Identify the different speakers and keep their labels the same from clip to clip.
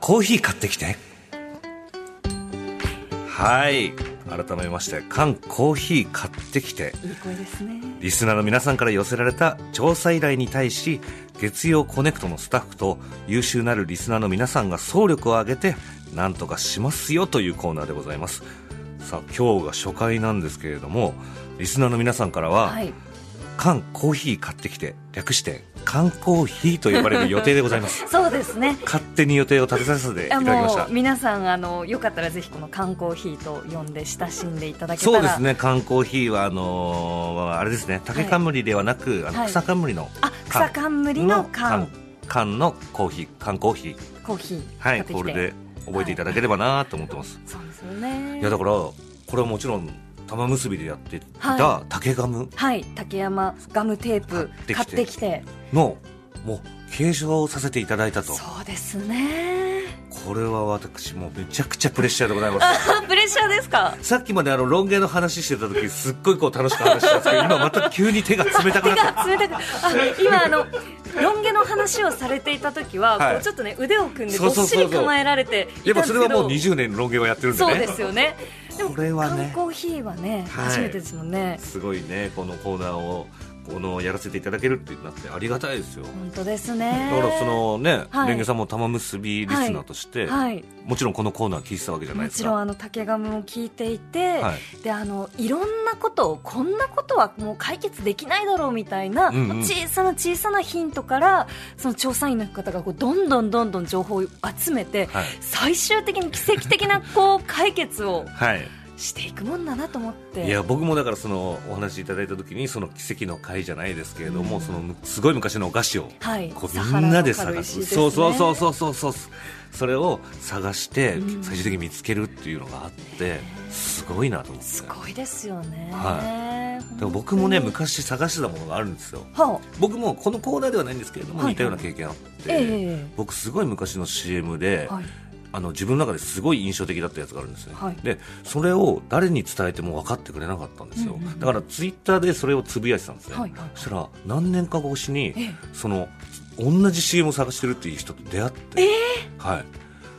Speaker 1: コーヒー買ってきてはい改めまして缶コーヒー買ってきて
Speaker 2: いい声ですね。
Speaker 1: リスナーの皆さんから寄せられた調査依頼に対し月曜コネクトのスタッフと優秀なるリスナーの皆さんが総力を挙げて何とかしますよというコーナーでございますさあ今日が初回なんですけれどもリスナーの皆さんからは、
Speaker 2: はい。
Speaker 1: 缶コーヒー買ってきて略して缶コーヒーと呼ばれる予定でございます
Speaker 2: そうですね。
Speaker 1: 勝手に予定を立てさせてい
Speaker 2: あ
Speaker 1: ただきまし
Speaker 2: も
Speaker 1: た
Speaker 2: う皆さんあのよかったらぜひこの缶コーヒーと呼んで親しんでいただけた
Speaker 1: そ
Speaker 2: ら
Speaker 1: うですね缶コーヒーはあのーあれですね竹冠ではなく、あ
Speaker 2: は
Speaker 1: の
Speaker 2: い
Speaker 1: 草冠の
Speaker 2: あ草冠の缶
Speaker 1: 缶のコーヒー缶コーヒー
Speaker 2: コーヒー
Speaker 1: はい
Speaker 2: 買って
Speaker 1: こ
Speaker 2: きて
Speaker 1: れで覚えていただければなと思ってます、
Speaker 2: そうですよ
Speaker 1: い、
Speaker 2: ね
Speaker 1: やだからこれはもちろん玉結びでやっていた
Speaker 2: は
Speaker 1: 竹ガム
Speaker 2: はい竹山ガムテープ
Speaker 1: 買
Speaker 2: 買
Speaker 1: っ
Speaker 2: ってて
Speaker 1: き
Speaker 2: きて
Speaker 1: のもう継承をさせていただいたと
Speaker 2: そうですね
Speaker 1: これは私もうめちゃくちゃプレッシャーでござい ます
Speaker 2: あプレッシャーですか
Speaker 1: さっきまであのロン毛の話してた時すっごいこう楽しく話してたんですけど今また急に手が冷たくな
Speaker 2: 手
Speaker 1: って
Speaker 2: が冷たくあ今あのロン毛の話をされていた時は、
Speaker 1: はい
Speaker 2: こうちょっとね腕を組んで
Speaker 1: そ
Speaker 2: ど
Speaker 1: う
Speaker 2: っ
Speaker 1: そう
Speaker 2: し
Speaker 1: そうそう
Speaker 2: り構えられてい
Speaker 1: やった
Speaker 2: ん
Speaker 1: ぱそ
Speaker 2: ですけど
Speaker 1: れはもう20年ロン毛をやってるんでね
Speaker 2: そうですよねでも
Speaker 1: これはね
Speaker 2: 缶コーヒーはね
Speaker 1: はい
Speaker 2: 初めてですもんね
Speaker 1: すごいねこのコーナーをこのやらせていただけるってなってありがたいですよ
Speaker 2: 本当ですね
Speaker 1: だからそのね、
Speaker 2: はい
Speaker 1: レンゲさんも玉結びリスナーとして、
Speaker 2: はい
Speaker 1: もちろんこのコーナー聞いてたわけじゃない
Speaker 2: も
Speaker 1: です
Speaker 2: ち
Speaker 1: か。
Speaker 2: ろんあの竹ガムも聞いていて、
Speaker 1: はい
Speaker 2: であのいろんなことをこんなことはもう解決できないだろうみたいな、
Speaker 1: うんうん
Speaker 2: 小さな小さなヒントからその調査員の方がこうどんどんどんどん情報を集めて、
Speaker 1: はい
Speaker 2: 最終的に奇跡的なこう解決を
Speaker 1: はい。
Speaker 2: していくもんだなと思って
Speaker 1: いや、僕もだからそのお話いただいた時に、その奇跡の会じゃないですけれども、
Speaker 2: うん
Speaker 1: そのすごい昔のお菓子を、
Speaker 2: はい
Speaker 1: こ
Speaker 2: サ
Speaker 1: う
Speaker 2: ハ
Speaker 1: みん
Speaker 2: ラ
Speaker 1: な
Speaker 2: の
Speaker 1: で
Speaker 2: 軽
Speaker 1: 探
Speaker 2: 石
Speaker 1: す。
Speaker 2: ですね
Speaker 1: そうそうそうそうそうそう。それを探して
Speaker 2: う、ん
Speaker 1: 最終的に見つけるっていうのがあって、すごいなと思って。
Speaker 2: すごいですよね、
Speaker 1: は
Speaker 2: 本当に
Speaker 1: でも僕もね、昔探してたものがあるんですよ。
Speaker 2: は
Speaker 1: 僕もこのコーナーではないんですけれども、
Speaker 2: はい
Speaker 1: 似たような経験あって、
Speaker 2: え
Speaker 1: 僕すごい昔の CM で、
Speaker 2: えはい
Speaker 1: あの自分の中ですごい印象的だったやつがあるんですね、
Speaker 2: はい
Speaker 1: でそれを誰に伝えても分かってくれなかったんですよ、
Speaker 2: うんうんうん
Speaker 1: だからツイッターでそれをつぶやいてたんですね、
Speaker 2: はいはい
Speaker 1: そしたら何年か越しに
Speaker 2: ええ
Speaker 1: その同じ CM を探してるっていう人と出会って、はい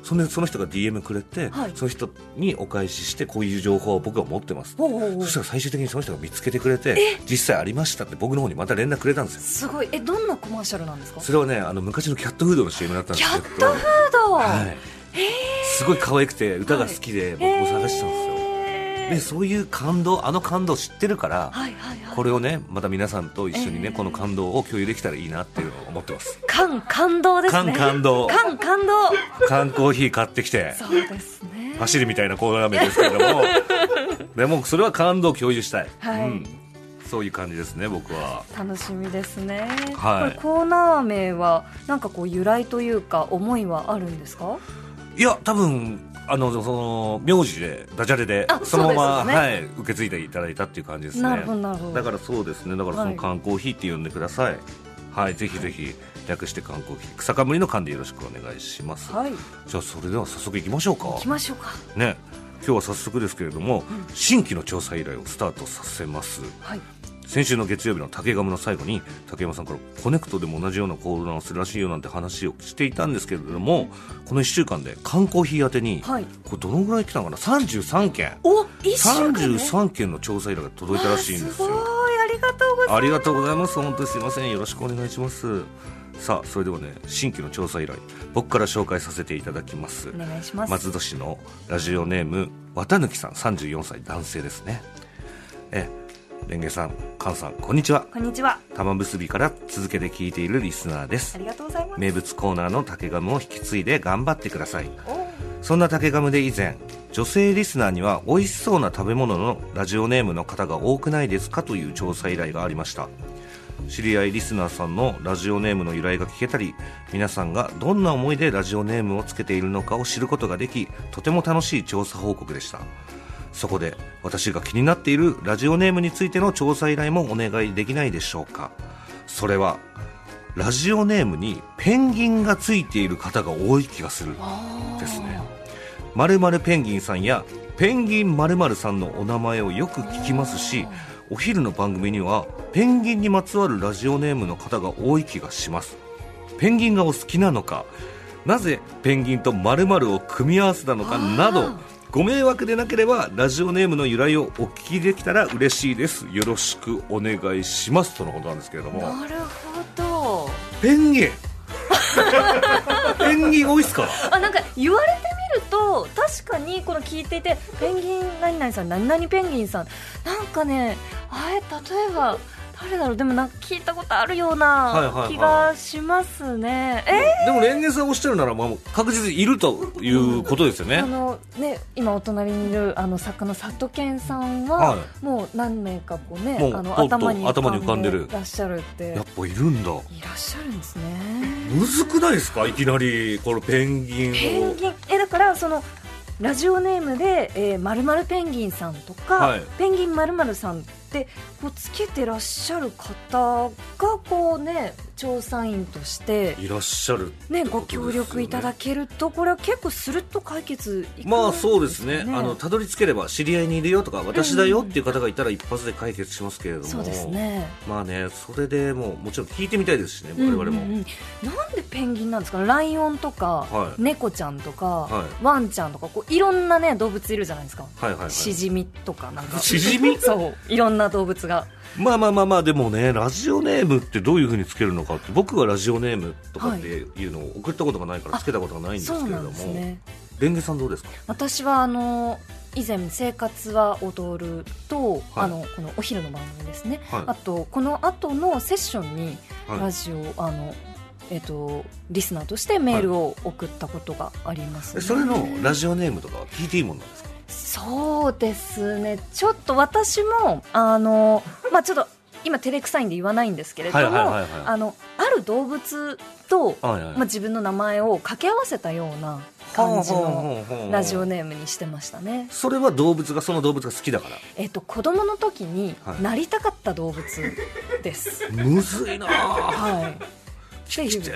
Speaker 1: そんでその人が DM くれて、
Speaker 2: はい
Speaker 1: その人にお返ししてこういう情報を僕は持ってます
Speaker 2: おうおうおう
Speaker 1: そしたら最終的にその人が見つけてくれて実際ありましたって僕の方にまた連絡くれたんですよ
Speaker 2: すごいえどんなコマーシャルなんですか
Speaker 1: それはねあの昔のキャットフードの CM だったんで
Speaker 2: キ
Speaker 1: すけ
Speaker 2: ャ
Speaker 1: ど
Speaker 2: ットフード、
Speaker 1: はい、すごい可愛くて歌が好きで僕も探してたんですよ、
Speaker 2: へー
Speaker 1: でそういう感動あの感動知ってるから、
Speaker 2: はいはいはい
Speaker 1: これをねまた皆さんと一緒にね、
Speaker 2: えー
Speaker 1: この感動を共有できたらいいなっていうのを思ってます
Speaker 2: 感感動です
Speaker 1: 感
Speaker 2: ね
Speaker 1: 感動
Speaker 2: 感感動
Speaker 1: 缶コーヒー買ってきて
Speaker 2: そうですね
Speaker 1: 走るみたいなコーナー名ですけれども でもそれは感動を共有したい、
Speaker 2: はい
Speaker 1: うん、そういう感じですね僕は
Speaker 2: 楽しみですね、
Speaker 1: はい
Speaker 2: これコーナー名はなんかこう由来というか思いはあるんですか
Speaker 1: いや多分あのその名字でダジャレで
Speaker 2: あ
Speaker 1: そのまま、
Speaker 2: そうですよね
Speaker 1: はい、受け継いでいただいたっていう感じですね
Speaker 2: なるほどなるほど
Speaker 1: だからそうですねだからそ
Speaker 2: は
Speaker 1: の
Speaker 2: い
Speaker 1: 缶コーヒーって呼んでくださいはい、ぜひぜひ略して缶コーヒー草かぶりの缶でよろしくお願いします、
Speaker 2: はい
Speaker 1: じゃあそれでは早速いきましょうか
Speaker 2: 行きましょうか
Speaker 1: ね今日は早速ですけれども、新規の調査依頼をスタートさせます
Speaker 2: はい
Speaker 1: 先週の月曜日の竹ガムの最後に竹山さんからコネクトでも同じようなコーナーをするらしいよなんて話をしていたんですけれどもこの1週間で缶コーヒー宛てに、
Speaker 2: はい
Speaker 1: これどのぐらい来たのかな33件
Speaker 2: お一週間で
Speaker 1: 33件の調査依頼が届いたらしいんですよ
Speaker 2: わあすごいありがとうございます
Speaker 1: ありがとうございます。本当にすいません。よろしくお願いします。さあ、それではね、新規の調査依頼、僕から紹介させていただきます。
Speaker 2: お願いします
Speaker 1: 松戸市のラジオネーム、綿貫さん、34歳男性ですね。え、レンゲさん、カンさん、こんにちは。
Speaker 2: こんにちは
Speaker 1: 玉結びから続けて聞いているリスナーです
Speaker 2: あ。りがとうございます
Speaker 1: 名物コーナーの竹ガムを引き継いで頑張ってください。
Speaker 2: おー
Speaker 1: そんな竹ガムで以前女性リスナーには美味しそうな食べ物のラジオネームの方が多くないですかという調査依頼がありました知り合いリスナーさんのラジオネームの由来が聞けたり皆さんがどんな思いでラジオネームをつけているのかを知ることができとても楽しい調査報告でしたそこで私が気になっているラジオネームについての調査依頼もお願いできないでしょうかそれはラジオネームにペンギンがついている方が多い気がするですねまるまるペンギンさんやペンギンまるまるさんのお名前をよく聞きますしお昼の番組にはペンギンにまつわるラジオネームの方が多い気がしますペンギンがお好きなのかなぜペンギンとまるまるを組み合わせたのかなどご迷惑でなければラジオネームの由来をお聞きできたら嬉しいですよろしくお願いしますとのことなんですけれども
Speaker 2: なるほど
Speaker 1: ペンギンペンギン多いっすか
Speaker 2: あなんか言われてみると確かにこの聞いていてペンギン何々さん何々ペンギンさんなんかねあれ例えば誰だろうでもなんか聞いたことあるよう
Speaker 1: はいはい
Speaker 2: な
Speaker 1: はい
Speaker 2: 気がしますね、
Speaker 1: でもレンゲさんおっしゃるなら、まあ、確実にいるということですよ
Speaker 2: え
Speaker 1: ね
Speaker 2: あのね今お隣にいるあの作家の里健さん
Speaker 1: は
Speaker 2: は、もう何名かこうね
Speaker 1: もう
Speaker 2: あの
Speaker 1: ポッと
Speaker 2: 頭に
Speaker 1: 頭に浮かんでる
Speaker 2: いらっしゃるって
Speaker 1: やっぱいるんだ
Speaker 2: いらっしゃるんですね
Speaker 1: むずくないですかいきなりこのペンギンを
Speaker 2: ペンギンえだからそのラジオネームで「えー、〇〇ペンギンさん」とか「
Speaker 1: はい
Speaker 2: ペンギン〇〇さん」ってこうつけてらっしゃる方がこうね調査員として、
Speaker 1: いらっしゃる
Speaker 2: ね、ご協力いただけるとこれは結構スルッと解決いくん
Speaker 1: まあそうですね
Speaker 2: か
Speaker 1: あのたどり着ければ知り合いにいるよとか私だよっていう方がいたら一発で解決しますけれども
Speaker 2: そうですね
Speaker 1: まあねそれでもうもちろん聞いてみたいですしね
Speaker 2: うん
Speaker 1: 我々も、
Speaker 2: うんうんなんでペンギンなんですかライオンとか、
Speaker 1: はい
Speaker 2: 猫ちゃんとか、
Speaker 1: は
Speaker 2: ワンちゃんとかこういろんな、ね、動物いるじゃないですか、
Speaker 1: はいはいはい
Speaker 2: シジミとかなんか
Speaker 1: シジミ
Speaker 2: そういろんな動物が
Speaker 1: まあまあまあまあでもねラジオネームってどういうふうにつけるのかって僕がラジオネームとかっていうのを送ったことがないからつけたことがないんです
Speaker 2: そ
Speaker 1: け
Speaker 2: う
Speaker 1: れ
Speaker 2: な
Speaker 1: ど
Speaker 2: ん
Speaker 1: も、
Speaker 2: ですね
Speaker 1: レンゲさんどうですか
Speaker 2: 私はあの以前「生活は踊ると」あのこのお昼の番組ですね、
Speaker 1: はい
Speaker 2: あとこの後のセッションに
Speaker 1: はい
Speaker 2: ラジオ、あのえっと、リスナーとしてメールを送ったことがあります、
Speaker 1: え
Speaker 2: ね
Speaker 1: それのラジオネームとかは聞いていいもんなんですか
Speaker 2: そうですねちょっと私もあの、まあ、ちょっと今照れくさいんで言わないんですけれども
Speaker 1: はいはいはいはい
Speaker 2: あのある動物と、
Speaker 1: はいはい
Speaker 2: まあ、自分の名前を掛け合わせたような感じのラジオネームにしてましたね、
Speaker 1: それは動物がその動物が好きだ から
Speaker 2: えっと、子供の時に
Speaker 1: はい
Speaker 2: なりたかった動物です、
Speaker 1: むずいなぁ
Speaker 2: はいっていう
Speaker 1: きてぇ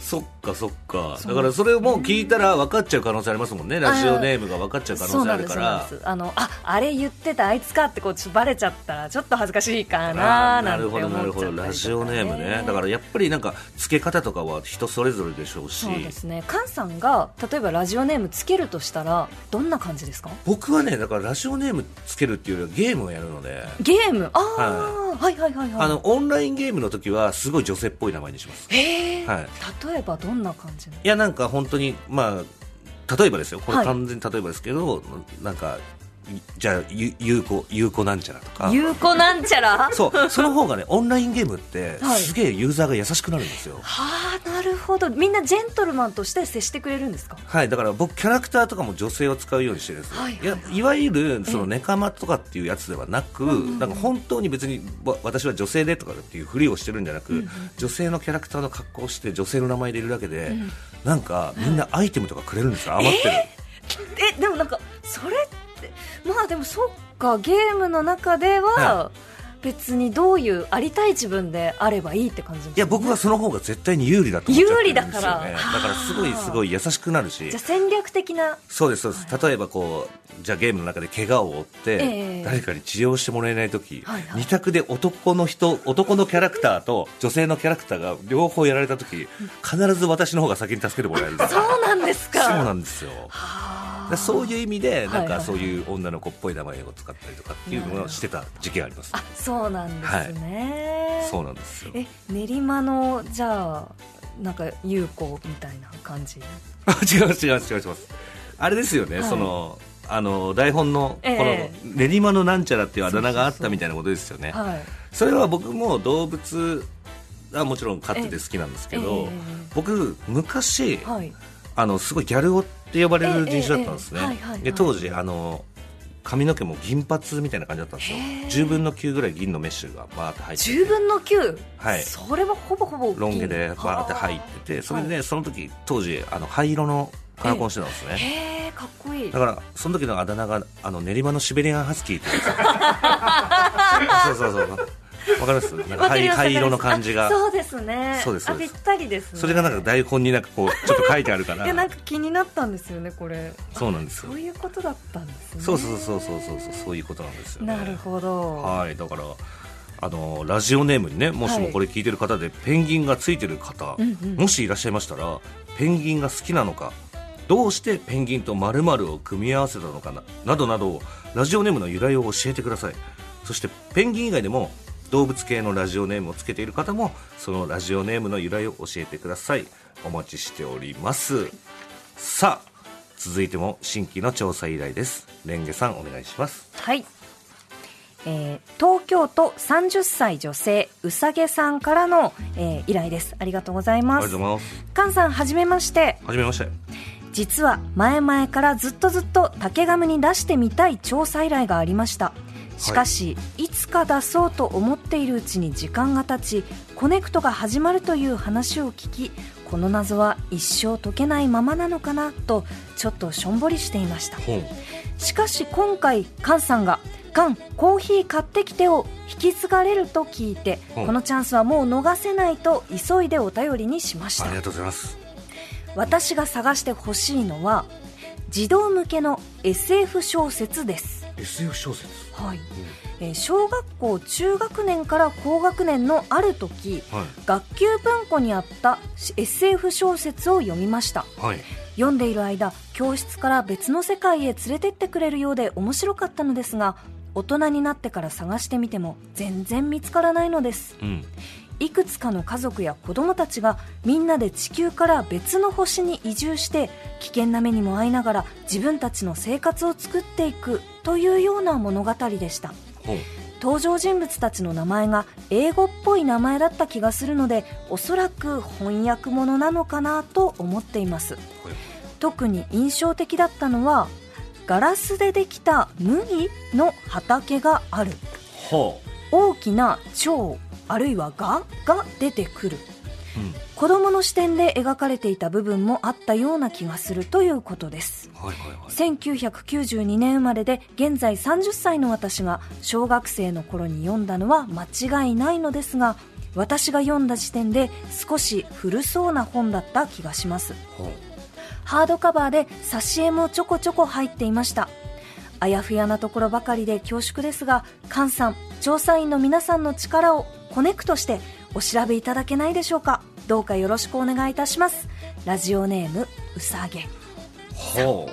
Speaker 1: そっかそっかだからそれも聞いたら分かっちゃう可能性ありますもんねラジオネームが分かっちゃう可
Speaker 2: そ
Speaker 1: 能
Speaker 2: う
Speaker 1: 性
Speaker 2: な
Speaker 1: あ
Speaker 2: ん
Speaker 1: るか
Speaker 2: ですそう
Speaker 1: ら
Speaker 2: なんですあのああれ言ってたあいつかってこうちょっとバレちゃったらちょっと恥ずかしいか
Speaker 1: あ
Speaker 2: な
Speaker 1: ーな
Speaker 2: なんて
Speaker 1: るほ
Speaker 2: 思っちゃ
Speaker 1: ど
Speaker 2: ったりとか、
Speaker 1: な
Speaker 2: ね、
Speaker 1: るほどラジオネームねだからやっぱりなんか付け方とかは人それぞれでしょうし
Speaker 2: そうですね菅さんが例えばラジオネームつけるとしたらどんな感じですか
Speaker 1: 僕はねだからラジオネームつけるっていうよりはゲームをやるので
Speaker 2: ゲームああ、はい、はいはいはい
Speaker 1: あのオンラインゲームの時はすごい女性っぽい名前にします
Speaker 2: へえ、
Speaker 1: はい
Speaker 2: 例えばどんな感じの
Speaker 1: いやなんか本当にまあ例えばですよこ
Speaker 2: は
Speaker 1: れ
Speaker 2: い
Speaker 1: 完全に例えばですけど、なんかいじゃあゆ有効有効なんちゃらとか
Speaker 2: 有効なんちゃら は
Speaker 1: そうその方がねオンラインゲームって
Speaker 2: はい
Speaker 1: すげえユーザーが優しくなるんですよ
Speaker 2: あなるほどみんなジェントルマンとして接してくれるんですか
Speaker 1: はいだから僕キャラクターとかも女性を使うようにしてるんですよ、
Speaker 2: はい
Speaker 1: い
Speaker 2: はい
Speaker 1: やいわゆるそのネカマとかっていうやつではなく、なんか本当に別にわ私は女性でとかっていうふりをしてるんじゃなく、女性のキャラクターの格好をして女性の名前でいるだけで、なんかみんなアイテムとかくれるんですよ余ってる、
Speaker 2: えでもなんかそれってまあでもそっかゲームの中では、別にどういうありたい自分であればいいって感じですよね
Speaker 1: いや僕はその方が絶対に有利だと思っちゃってるんですよ、ね、
Speaker 2: 有利だから
Speaker 1: だからすごいすごい優しくなるし
Speaker 2: じゃあ戦略的な
Speaker 1: そうですそうです例えばこうじゃあゲームの中で怪我を負って、
Speaker 2: ええ
Speaker 1: 誰かに治療してもらえない時、
Speaker 2: はいはい
Speaker 1: 二択で男の人男のキャラクターと女性のキャラクターが両方やられた時必ず私の方が先に助けてもらえるから
Speaker 2: そうなんですか
Speaker 1: そうなんですよ
Speaker 2: あー
Speaker 1: でそういう意味でなん
Speaker 2: はいはいは
Speaker 1: か
Speaker 2: い
Speaker 1: そういう女の子っぽい名前を使ったりとかっていうのをしてた時期があります
Speaker 2: あそうなんですね、
Speaker 1: そうなんですよ
Speaker 2: え練馬のじゃあなんか有効みたいな感じ
Speaker 1: あ 違う違う違う違うあれですよね、
Speaker 2: はい
Speaker 1: そのあの台本のこ
Speaker 2: え
Speaker 1: の
Speaker 2: え
Speaker 1: 練馬のなんちゃらっていうあだ名があっ
Speaker 2: そうそうそ
Speaker 1: た
Speaker 2: う
Speaker 1: みたいなことですよね
Speaker 2: はい
Speaker 1: それは僕も動物はもちろん飼ってて好きなんですけど、
Speaker 2: ええ
Speaker 1: 僕昔、
Speaker 2: はい
Speaker 1: あのすごいギャル男って呼ばれる人種だったんですね、
Speaker 2: ええええはいはいはい
Speaker 1: で当時あの髪の毛も銀髪みたいな感じだったんですよ
Speaker 2: へー
Speaker 1: 10分の9ぐらい銀のメッシュがバーって入ってて
Speaker 2: 10分の9、
Speaker 1: はい
Speaker 2: それはほぼほぼ大きい
Speaker 1: ロン毛でバーって入っててそれでね、その時当時あの灰色のカラコンしてたんですね
Speaker 2: へえかっこいい
Speaker 1: だからその時のあだ名があの練馬のシベリアンハスキーって言うんです よそうそうそうわかりますなんか
Speaker 2: わかり
Speaker 1: 灰
Speaker 2: ます
Speaker 1: 灰色の感じ
Speaker 2: あ
Speaker 1: が
Speaker 2: そうですね
Speaker 1: そうですそうです
Speaker 2: あぴったりですね
Speaker 1: それがなんか台本になんかこうちょっと書いてあるから
Speaker 2: いやなんか気になったんですよねこれ
Speaker 1: そうなんですよ
Speaker 2: そういうことだったんですね
Speaker 1: そうそうそうそうそうそうそういうことなんですよ、ね、
Speaker 2: なるほど
Speaker 1: はいだからあのラジオネームにねもしもこれ聞いてる方で、ペンギンがついてる方、
Speaker 2: うんうん
Speaker 1: もしいらっしゃいましたらペンギンが好きなのかどうしてペンギンと〇〇を組み合わせたのかななどなどラジオネームの由来を教えてくださいそしてペンギン以外でも動物系のラジオネームをつけている方もそのラジオネームの由来を教えてくださいお待ちしておりますさあ続いても新規の調査依頼ですレンゲさんお願いします
Speaker 2: はい、えー東京都30歳女性うさげさんからの、えー依頼ですありがとうござい
Speaker 1: あ
Speaker 2: ま
Speaker 1: りがと
Speaker 2: す
Speaker 1: うございます
Speaker 2: 菅さんはじめまして
Speaker 1: はじめまして
Speaker 2: 実は前々からずっとずっと竹紙に出してみたい調査依頼がありましたしかし、い、つか出そうと思っているうちに時間が経ちコネクトが始まるという話を聞きこの謎は一生解けないままなのかなとちょっとしょんぼりしていました
Speaker 1: 本
Speaker 2: しかし今回カンさんが「カンコーヒー買ってきて」を引き継がれると聞いて、
Speaker 1: うん
Speaker 2: このチャンスはもう逃せないと急いでお便りにしました
Speaker 1: ありがとうございます
Speaker 2: 私が探してほしいのは児童向けの SF 小説です、
Speaker 1: SF 小説
Speaker 2: はいえー小学校中学年から高学年のある時
Speaker 1: はい
Speaker 2: 学級文庫にあった SF 小説を読みました
Speaker 1: はい
Speaker 2: 読んでいる間教室から別の世界へ連れてってくれるようで面白かったのですが大人になってから探してみても全然見つからないのです
Speaker 1: うん
Speaker 2: いくつかの家族や子供たちがみんなで地球から別の星に移住して危険な目にも遭いながら自分たちの生活を作っていくというような物語でした
Speaker 1: 本
Speaker 2: 登場人物たちの名前が英語っぽい名前だった気がするのでおそらく翻訳ものなのかなと思っています特に印象的だったのはガラスでできた麦の畑がある
Speaker 1: は
Speaker 2: 大きな蝶あるいはガが出てくる
Speaker 1: あうん
Speaker 2: 子供の視点で描かれていた部分もあったような気がするということです
Speaker 1: はいはいはい
Speaker 2: 1992年生まれで現在30歳の私が小学生の頃に読んだのは間違いないのですが私が読んだ時点で少し古そうな本だった気がします
Speaker 1: 本
Speaker 2: ハードカバーで挿絵もちょこちょこ入っていましたあやふやなところばかりで恐縮ですが菅さん調査員の皆さんの力をコネクトしてお調べいただけないでしょうかどうかよろしくお願いいたしますラジオネームうさげ
Speaker 1: はあ
Speaker 2: はい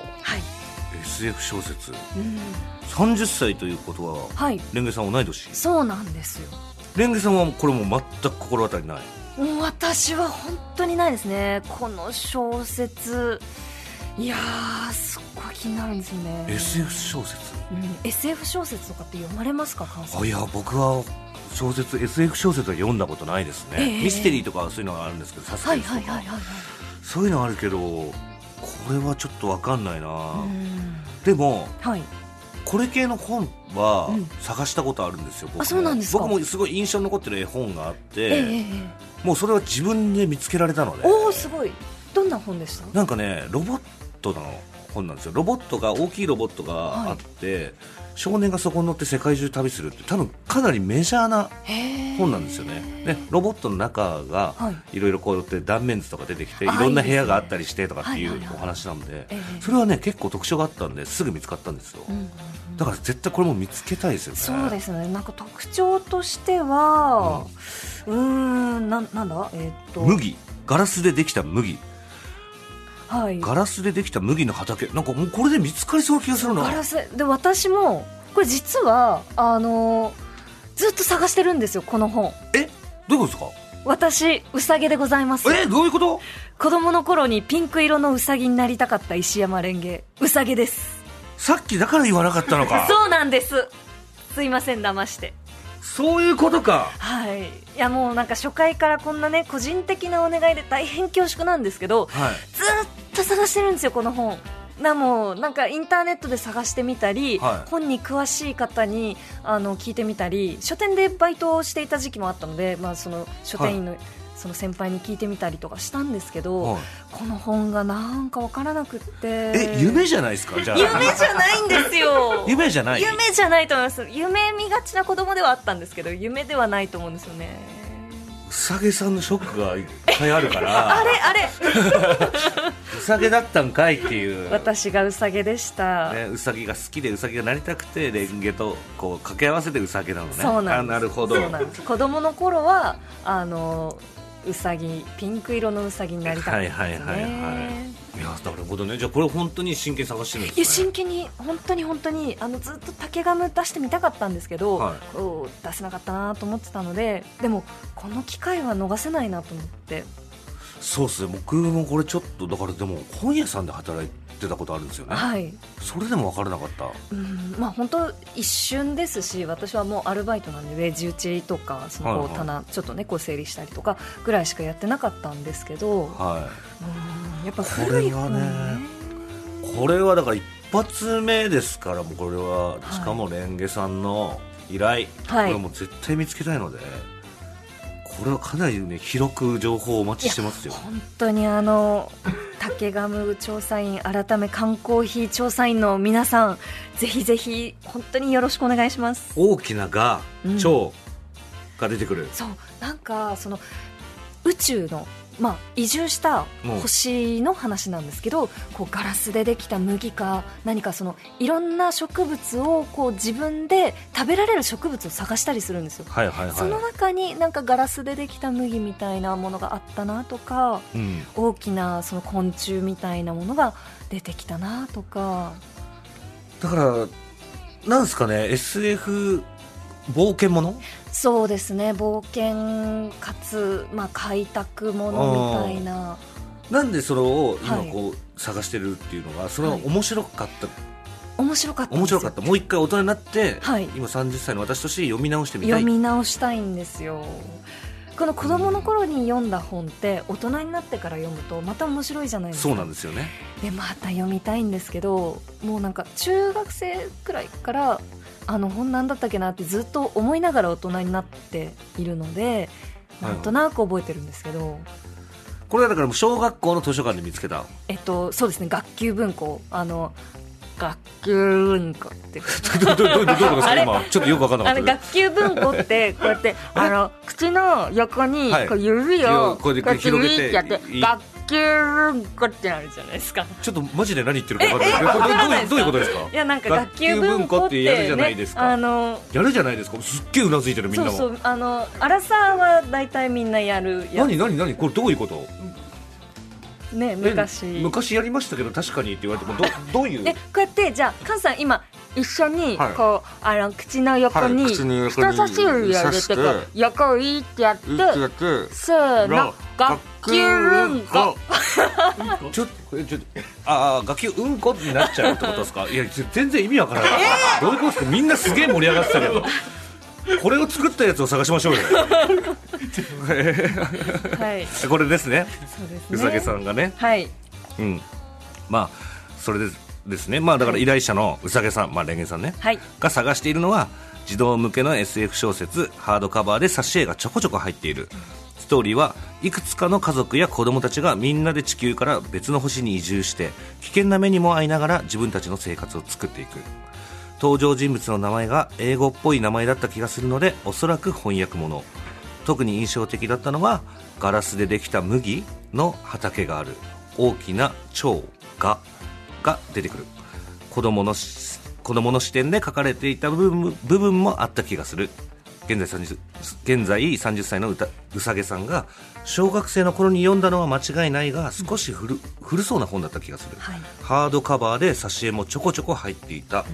Speaker 1: SF 小説
Speaker 2: うん
Speaker 1: 30歳ということは
Speaker 2: はい
Speaker 1: レンゲさん同い年
Speaker 2: そうなんですよ
Speaker 1: レンゲさんはこれもう全く心当たりない
Speaker 2: もう私は本当にないですねこの小説いやーすっごい気になるんですよね、
Speaker 1: SF 小説
Speaker 2: うん SF 小説とかって読まれますか菅さん
Speaker 1: あいや僕は小説 SF 小説は読んだことないですね、
Speaker 2: ええ
Speaker 1: ミステリーとかそういうのがあるんですけどサスペ
Speaker 2: はい
Speaker 1: ンスとか、
Speaker 2: はいはいはいはい
Speaker 1: そういうのあるけどこれはちょっと分かんないな、
Speaker 2: うん
Speaker 1: でも
Speaker 2: はい、
Speaker 1: これ系の本は
Speaker 2: うん
Speaker 1: 探したことあるんですよ、僕も
Speaker 2: あそうなんですか
Speaker 1: 僕もすごい印象に残ってる絵本があって、
Speaker 2: えええええ
Speaker 1: もうそれは自分で見つけられたので
Speaker 2: えおおすごいどんな本でした
Speaker 1: なんかねロボットの本なんですよロボットが大きいロボットがあって、少年がそこに乗って世界中旅するって多分かなりメジャーな本なんですよねでロボットの中が
Speaker 2: はい
Speaker 1: いろいろこうやって断面図とか出てきてい
Speaker 2: あ
Speaker 1: ろんない部
Speaker 2: いですね
Speaker 1: 屋があったりしてとかってい
Speaker 2: は
Speaker 1: う
Speaker 2: いはいはい
Speaker 1: お話なんで
Speaker 2: ええ
Speaker 1: それはね結構特徴があったんですぐ見つかったんですよ
Speaker 2: うんうんうん
Speaker 1: だから絶対これも見つけたいですよね
Speaker 2: そうですねなんか特徴としてはうーんなんなんだえーっと
Speaker 1: 麦ガラスでできた麦
Speaker 2: はい
Speaker 1: ガラスでできた麦の畑なんかもうこれで見つかりそうな気がするな
Speaker 2: ガラスで私もこれ実はあのーずっと探してるんですよこの本
Speaker 1: えどういうことで
Speaker 2: 私うさげでございます
Speaker 1: すかえどういうこと
Speaker 2: 子供の頃にピンク色のうさぎになりたかった石山レンゲうさげです
Speaker 1: さっきだから言わなかったのか
Speaker 2: そうなんですすいません騙して
Speaker 1: そういうことか
Speaker 2: はい、いやもうなんか初回からこんなね個人的なお願いで大変恐縮なんですけど
Speaker 1: はい
Speaker 2: ずーっと探してるんですよこの本なもうなんかインターネットで探してみたり、
Speaker 1: はい
Speaker 2: 本に詳しい方にあの聞いてみたり書店でバイトをしていた時期もあったので、まあ、その書店員の,、その先輩に聞いてみたりとかしたんですけど、
Speaker 1: はい
Speaker 2: この本がなんか分からなくって
Speaker 1: え夢じゃないですかじゃあ
Speaker 2: 夢じゃないんです よ
Speaker 1: 夢じゃない
Speaker 2: 夢じゃないと思います夢見がちな子供ではあったんですけど夢ではないと思うんですよね
Speaker 1: うさげさんのショックがいっぱいあるか
Speaker 2: あれ
Speaker 1: ら
Speaker 2: あれ
Speaker 1: うさげだったんかいって いう
Speaker 2: 私がうさげでした、
Speaker 1: ね、うさぎが好きでうさぎがなりたくてレンゲとこう掛け合わせてうさぎなのね
Speaker 2: そうなんです
Speaker 1: あなるほど
Speaker 2: そうなんです子供の頃はあのうさぎピンク色のうさぎになりたかったんですね、
Speaker 1: はいはいはいはいやなるほどねじゃあこれ本当に真剣に探してるん
Speaker 2: いや
Speaker 1: ですね
Speaker 2: 真剣に本当に本当にあのずっと竹ガム出してみたかったんですけど、
Speaker 1: はい
Speaker 2: こう出せなかったなと思ってたのででもこの機会は逃せないなと思って
Speaker 1: そうですね僕もこれちょっとだからでも本屋さんで働いてたことあるんですよね
Speaker 2: はい、
Speaker 1: それでも分からなかった
Speaker 2: うんまあ、本当一瞬ですし私はもうアルバイトなんでレジ打ちとかそのこ
Speaker 1: はいうはい
Speaker 2: 棚ちょっとねこう整理したりとかぐらいしかやってなかったんですけど、
Speaker 1: は
Speaker 2: うんやっぱ古い
Speaker 1: こ
Speaker 2: 本
Speaker 1: れはねいこれはだから一発目ですからもうこれは
Speaker 2: はい
Speaker 1: しかもレンゲさんの依頼、
Speaker 2: はい
Speaker 1: これもう絶対見つけたいのでこれはかなりね広く情報をお待ちしてますよ
Speaker 2: 本当にあの竹ガム調査員改め缶コーヒー調査員の皆さんぜひぜひ本当によろしくお願いします
Speaker 1: 大きなが
Speaker 2: うん
Speaker 1: 蝶が出てくる、
Speaker 2: そうなんかその宇宙のまあ移住した星の話なんですけど、こうガラスでできた麦か何かそのいろんな植物をこう自分で食べられる植物を探したりするんですよ、
Speaker 1: はいはいはい
Speaker 2: その中になんかガラスでできた麦みたいなものがあったなとか
Speaker 1: うん、
Speaker 2: 大きなその昆虫みたいなものが出てきたなとか
Speaker 1: だからなんですかね SF 冒険もの
Speaker 2: そうですね冒険かつ、まあ、開拓ものみたいな
Speaker 1: なんでそれを今
Speaker 2: はい
Speaker 1: こう探してるっていうのが、それは
Speaker 2: はい
Speaker 1: 面白かった、
Speaker 2: 面白かったんで
Speaker 1: 面
Speaker 2: す
Speaker 1: 白
Speaker 2: よ
Speaker 1: かったもう一回大人になって、
Speaker 2: はい
Speaker 1: 今30歳の私として読み直してみたい
Speaker 2: 読み直したいんですよこの子どもの頃に読んだ本って大人になってから読むとまた面白いじゃないですか
Speaker 1: そうなんですよね
Speaker 2: でまた読みたいんですけどもうなんか中学生くらいからあの本なんだったっけなってずっと思いながら大人になっているので
Speaker 1: はい
Speaker 2: なんとなく覚えてるんですけど、
Speaker 1: これはだからもう小学校の図書館で見つけた
Speaker 2: えっとそうですね学級文庫あの学級文庫って
Speaker 1: どどどどういうことです
Speaker 2: あ
Speaker 1: か
Speaker 2: れ
Speaker 1: 今ちょっとよく分かんなか
Speaker 2: あ
Speaker 1: っ
Speaker 2: の
Speaker 1: た
Speaker 2: 学級文庫 ってこうやって
Speaker 1: あれ
Speaker 2: あの口の横に
Speaker 1: はい
Speaker 2: こう指を
Speaker 1: こうやって
Speaker 2: こうやっ
Speaker 1: 広げて
Speaker 2: ウィーってやって
Speaker 1: いい
Speaker 2: 学級文庫ってなるじゃないですか。
Speaker 1: ちょっとマジで何言ってるか分かんない
Speaker 2: ええわかんな
Speaker 1: こ
Speaker 2: い
Speaker 1: れどういうどういうことですか
Speaker 2: いやなんか学級文庫って、
Speaker 1: 学級
Speaker 2: ね、
Speaker 1: 文庫ってやるじゃないですか
Speaker 2: あの
Speaker 1: やるじゃないですかすっげえうなずいてるみん
Speaker 2: そ
Speaker 1: な
Speaker 2: う
Speaker 1: も
Speaker 2: そうあのアラサーは大体みんなやるや
Speaker 1: 何何何これどういうこと
Speaker 2: ね
Speaker 1: え
Speaker 2: 昔
Speaker 1: 昔やりましたけど確かにって言われてもどどういう
Speaker 2: えこうやってじゃあ菅さん今一緒に
Speaker 3: はい
Speaker 2: こう、あの口の横に
Speaker 3: はい口の横
Speaker 2: 人
Speaker 3: に
Speaker 2: 差し指を入れてこう
Speaker 3: 刺
Speaker 2: 横をいいってやって
Speaker 3: いってやって
Speaker 2: せーの学級文庫
Speaker 1: ちょっとこれちょっとああ楽器うんこになっちゃうってことです かいやちょ全然意味わからない、どういうことですかみんなすげえ盛り上がってたけどこれを作ったやつを探しましょう よ
Speaker 2: はい
Speaker 1: これですね
Speaker 2: そうですね
Speaker 1: うさげさんがね
Speaker 2: はい
Speaker 1: うんまあそれでですねまあだから依頼者のうさげさんまあレンゲさんね、
Speaker 2: はい
Speaker 1: が探しているのは児童向けの SF 小説ハードカバーで挿絵がちょこちょこ入っているストーリーはいくつかの家族や子供たちがみんなで地球から別の星に移住して危険な目にも遭いながら自分たちの生活を作っていく登場人物の名前が英語っぽい名前だった気がするのでおそらく翻訳者特に印象的だったのはガラスでできた麦の畑がある大きな蝶がが出てくる子供のし子供の視点で書かれていた部分部分もあった気がする現在 30, 現在30歳のうたうさげさんが小学生の頃に読んだのは間違いないが少し古,、古そうな本だった気がする、
Speaker 2: はい
Speaker 1: ハードカバーで挿絵もちょこちょこ入っていた、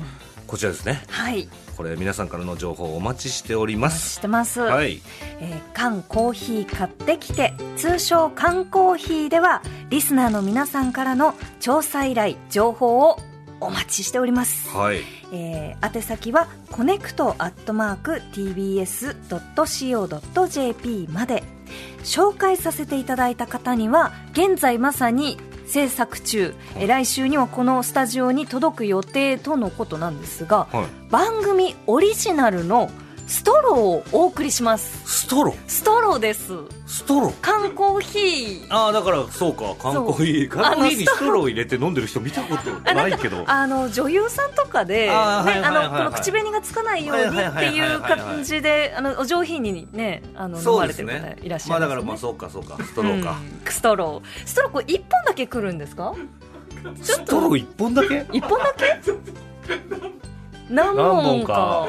Speaker 1: こちらですね
Speaker 2: はい
Speaker 1: これ皆さんからの情報をお待ちしており
Speaker 2: お
Speaker 1: ま
Speaker 2: 待ち
Speaker 1: す
Speaker 2: してます、
Speaker 1: はい
Speaker 2: えー缶コーヒー買ってきて通称缶コーヒーではリスナーの皆さんからの調査依頼情報をお待ちしております、
Speaker 1: はい
Speaker 2: えー宛先はコネクトアットマーク TBS.CO.JP まで紹介させていただいた方には現在まさに制作中、えー来週にはこのスタジオに届く予定とのことなんですが、
Speaker 1: はい
Speaker 2: 番組オリジナルのストローをお送りします
Speaker 1: ストロー
Speaker 2: ストローです
Speaker 1: ストロー
Speaker 2: 缶コーヒー
Speaker 1: ああだからそうか缶コーヒー
Speaker 2: そう
Speaker 1: 缶コーヒーに
Speaker 2: あの
Speaker 1: ストロー入れて飲んでる人見たことないけど
Speaker 2: あの女優さんとかで、ね、
Speaker 1: あーはいはいはいはい
Speaker 2: あのこの口紅がつかないようにっていう感じで、あのお上品にね、あの飲
Speaker 1: そう
Speaker 2: まれ
Speaker 1: で
Speaker 2: て
Speaker 1: す
Speaker 2: る方
Speaker 1: ね
Speaker 2: いらっし
Speaker 1: まあ
Speaker 2: ゃいますね。
Speaker 1: だからまあそうかそうかストローか、
Speaker 2: うんストロー、ストローこう一本だけくるんですか？ちょっ
Speaker 1: ストロ
Speaker 2: と
Speaker 1: ー一本だけ
Speaker 2: 一本だけ？何本か。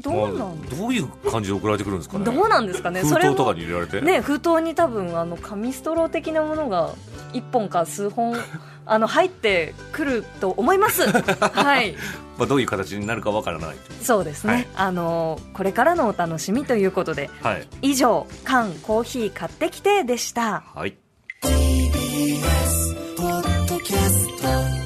Speaker 2: どうな
Speaker 1: あ
Speaker 2: ん
Speaker 1: どういう感じで送られてくるんですかね
Speaker 2: どうなんですかね。
Speaker 1: 封
Speaker 2: それ
Speaker 1: 筒とか
Speaker 2: も
Speaker 1: に入れられて、
Speaker 2: ね封筒に多分あの紙ストロー的なものが一本か数本あの入ってくると思 います。はい。
Speaker 1: まあ、どういう形になるかわからないという
Speaker 2: そうですね、
Speaker 1: はい
Speaker 2: あのこれからのお楽しみということで
Speaker 1: はい
Speaker 2: 以上「缶コーヒー買ってきて」でした
Speaker 1: はい
Speaker 3: ポッドキャスト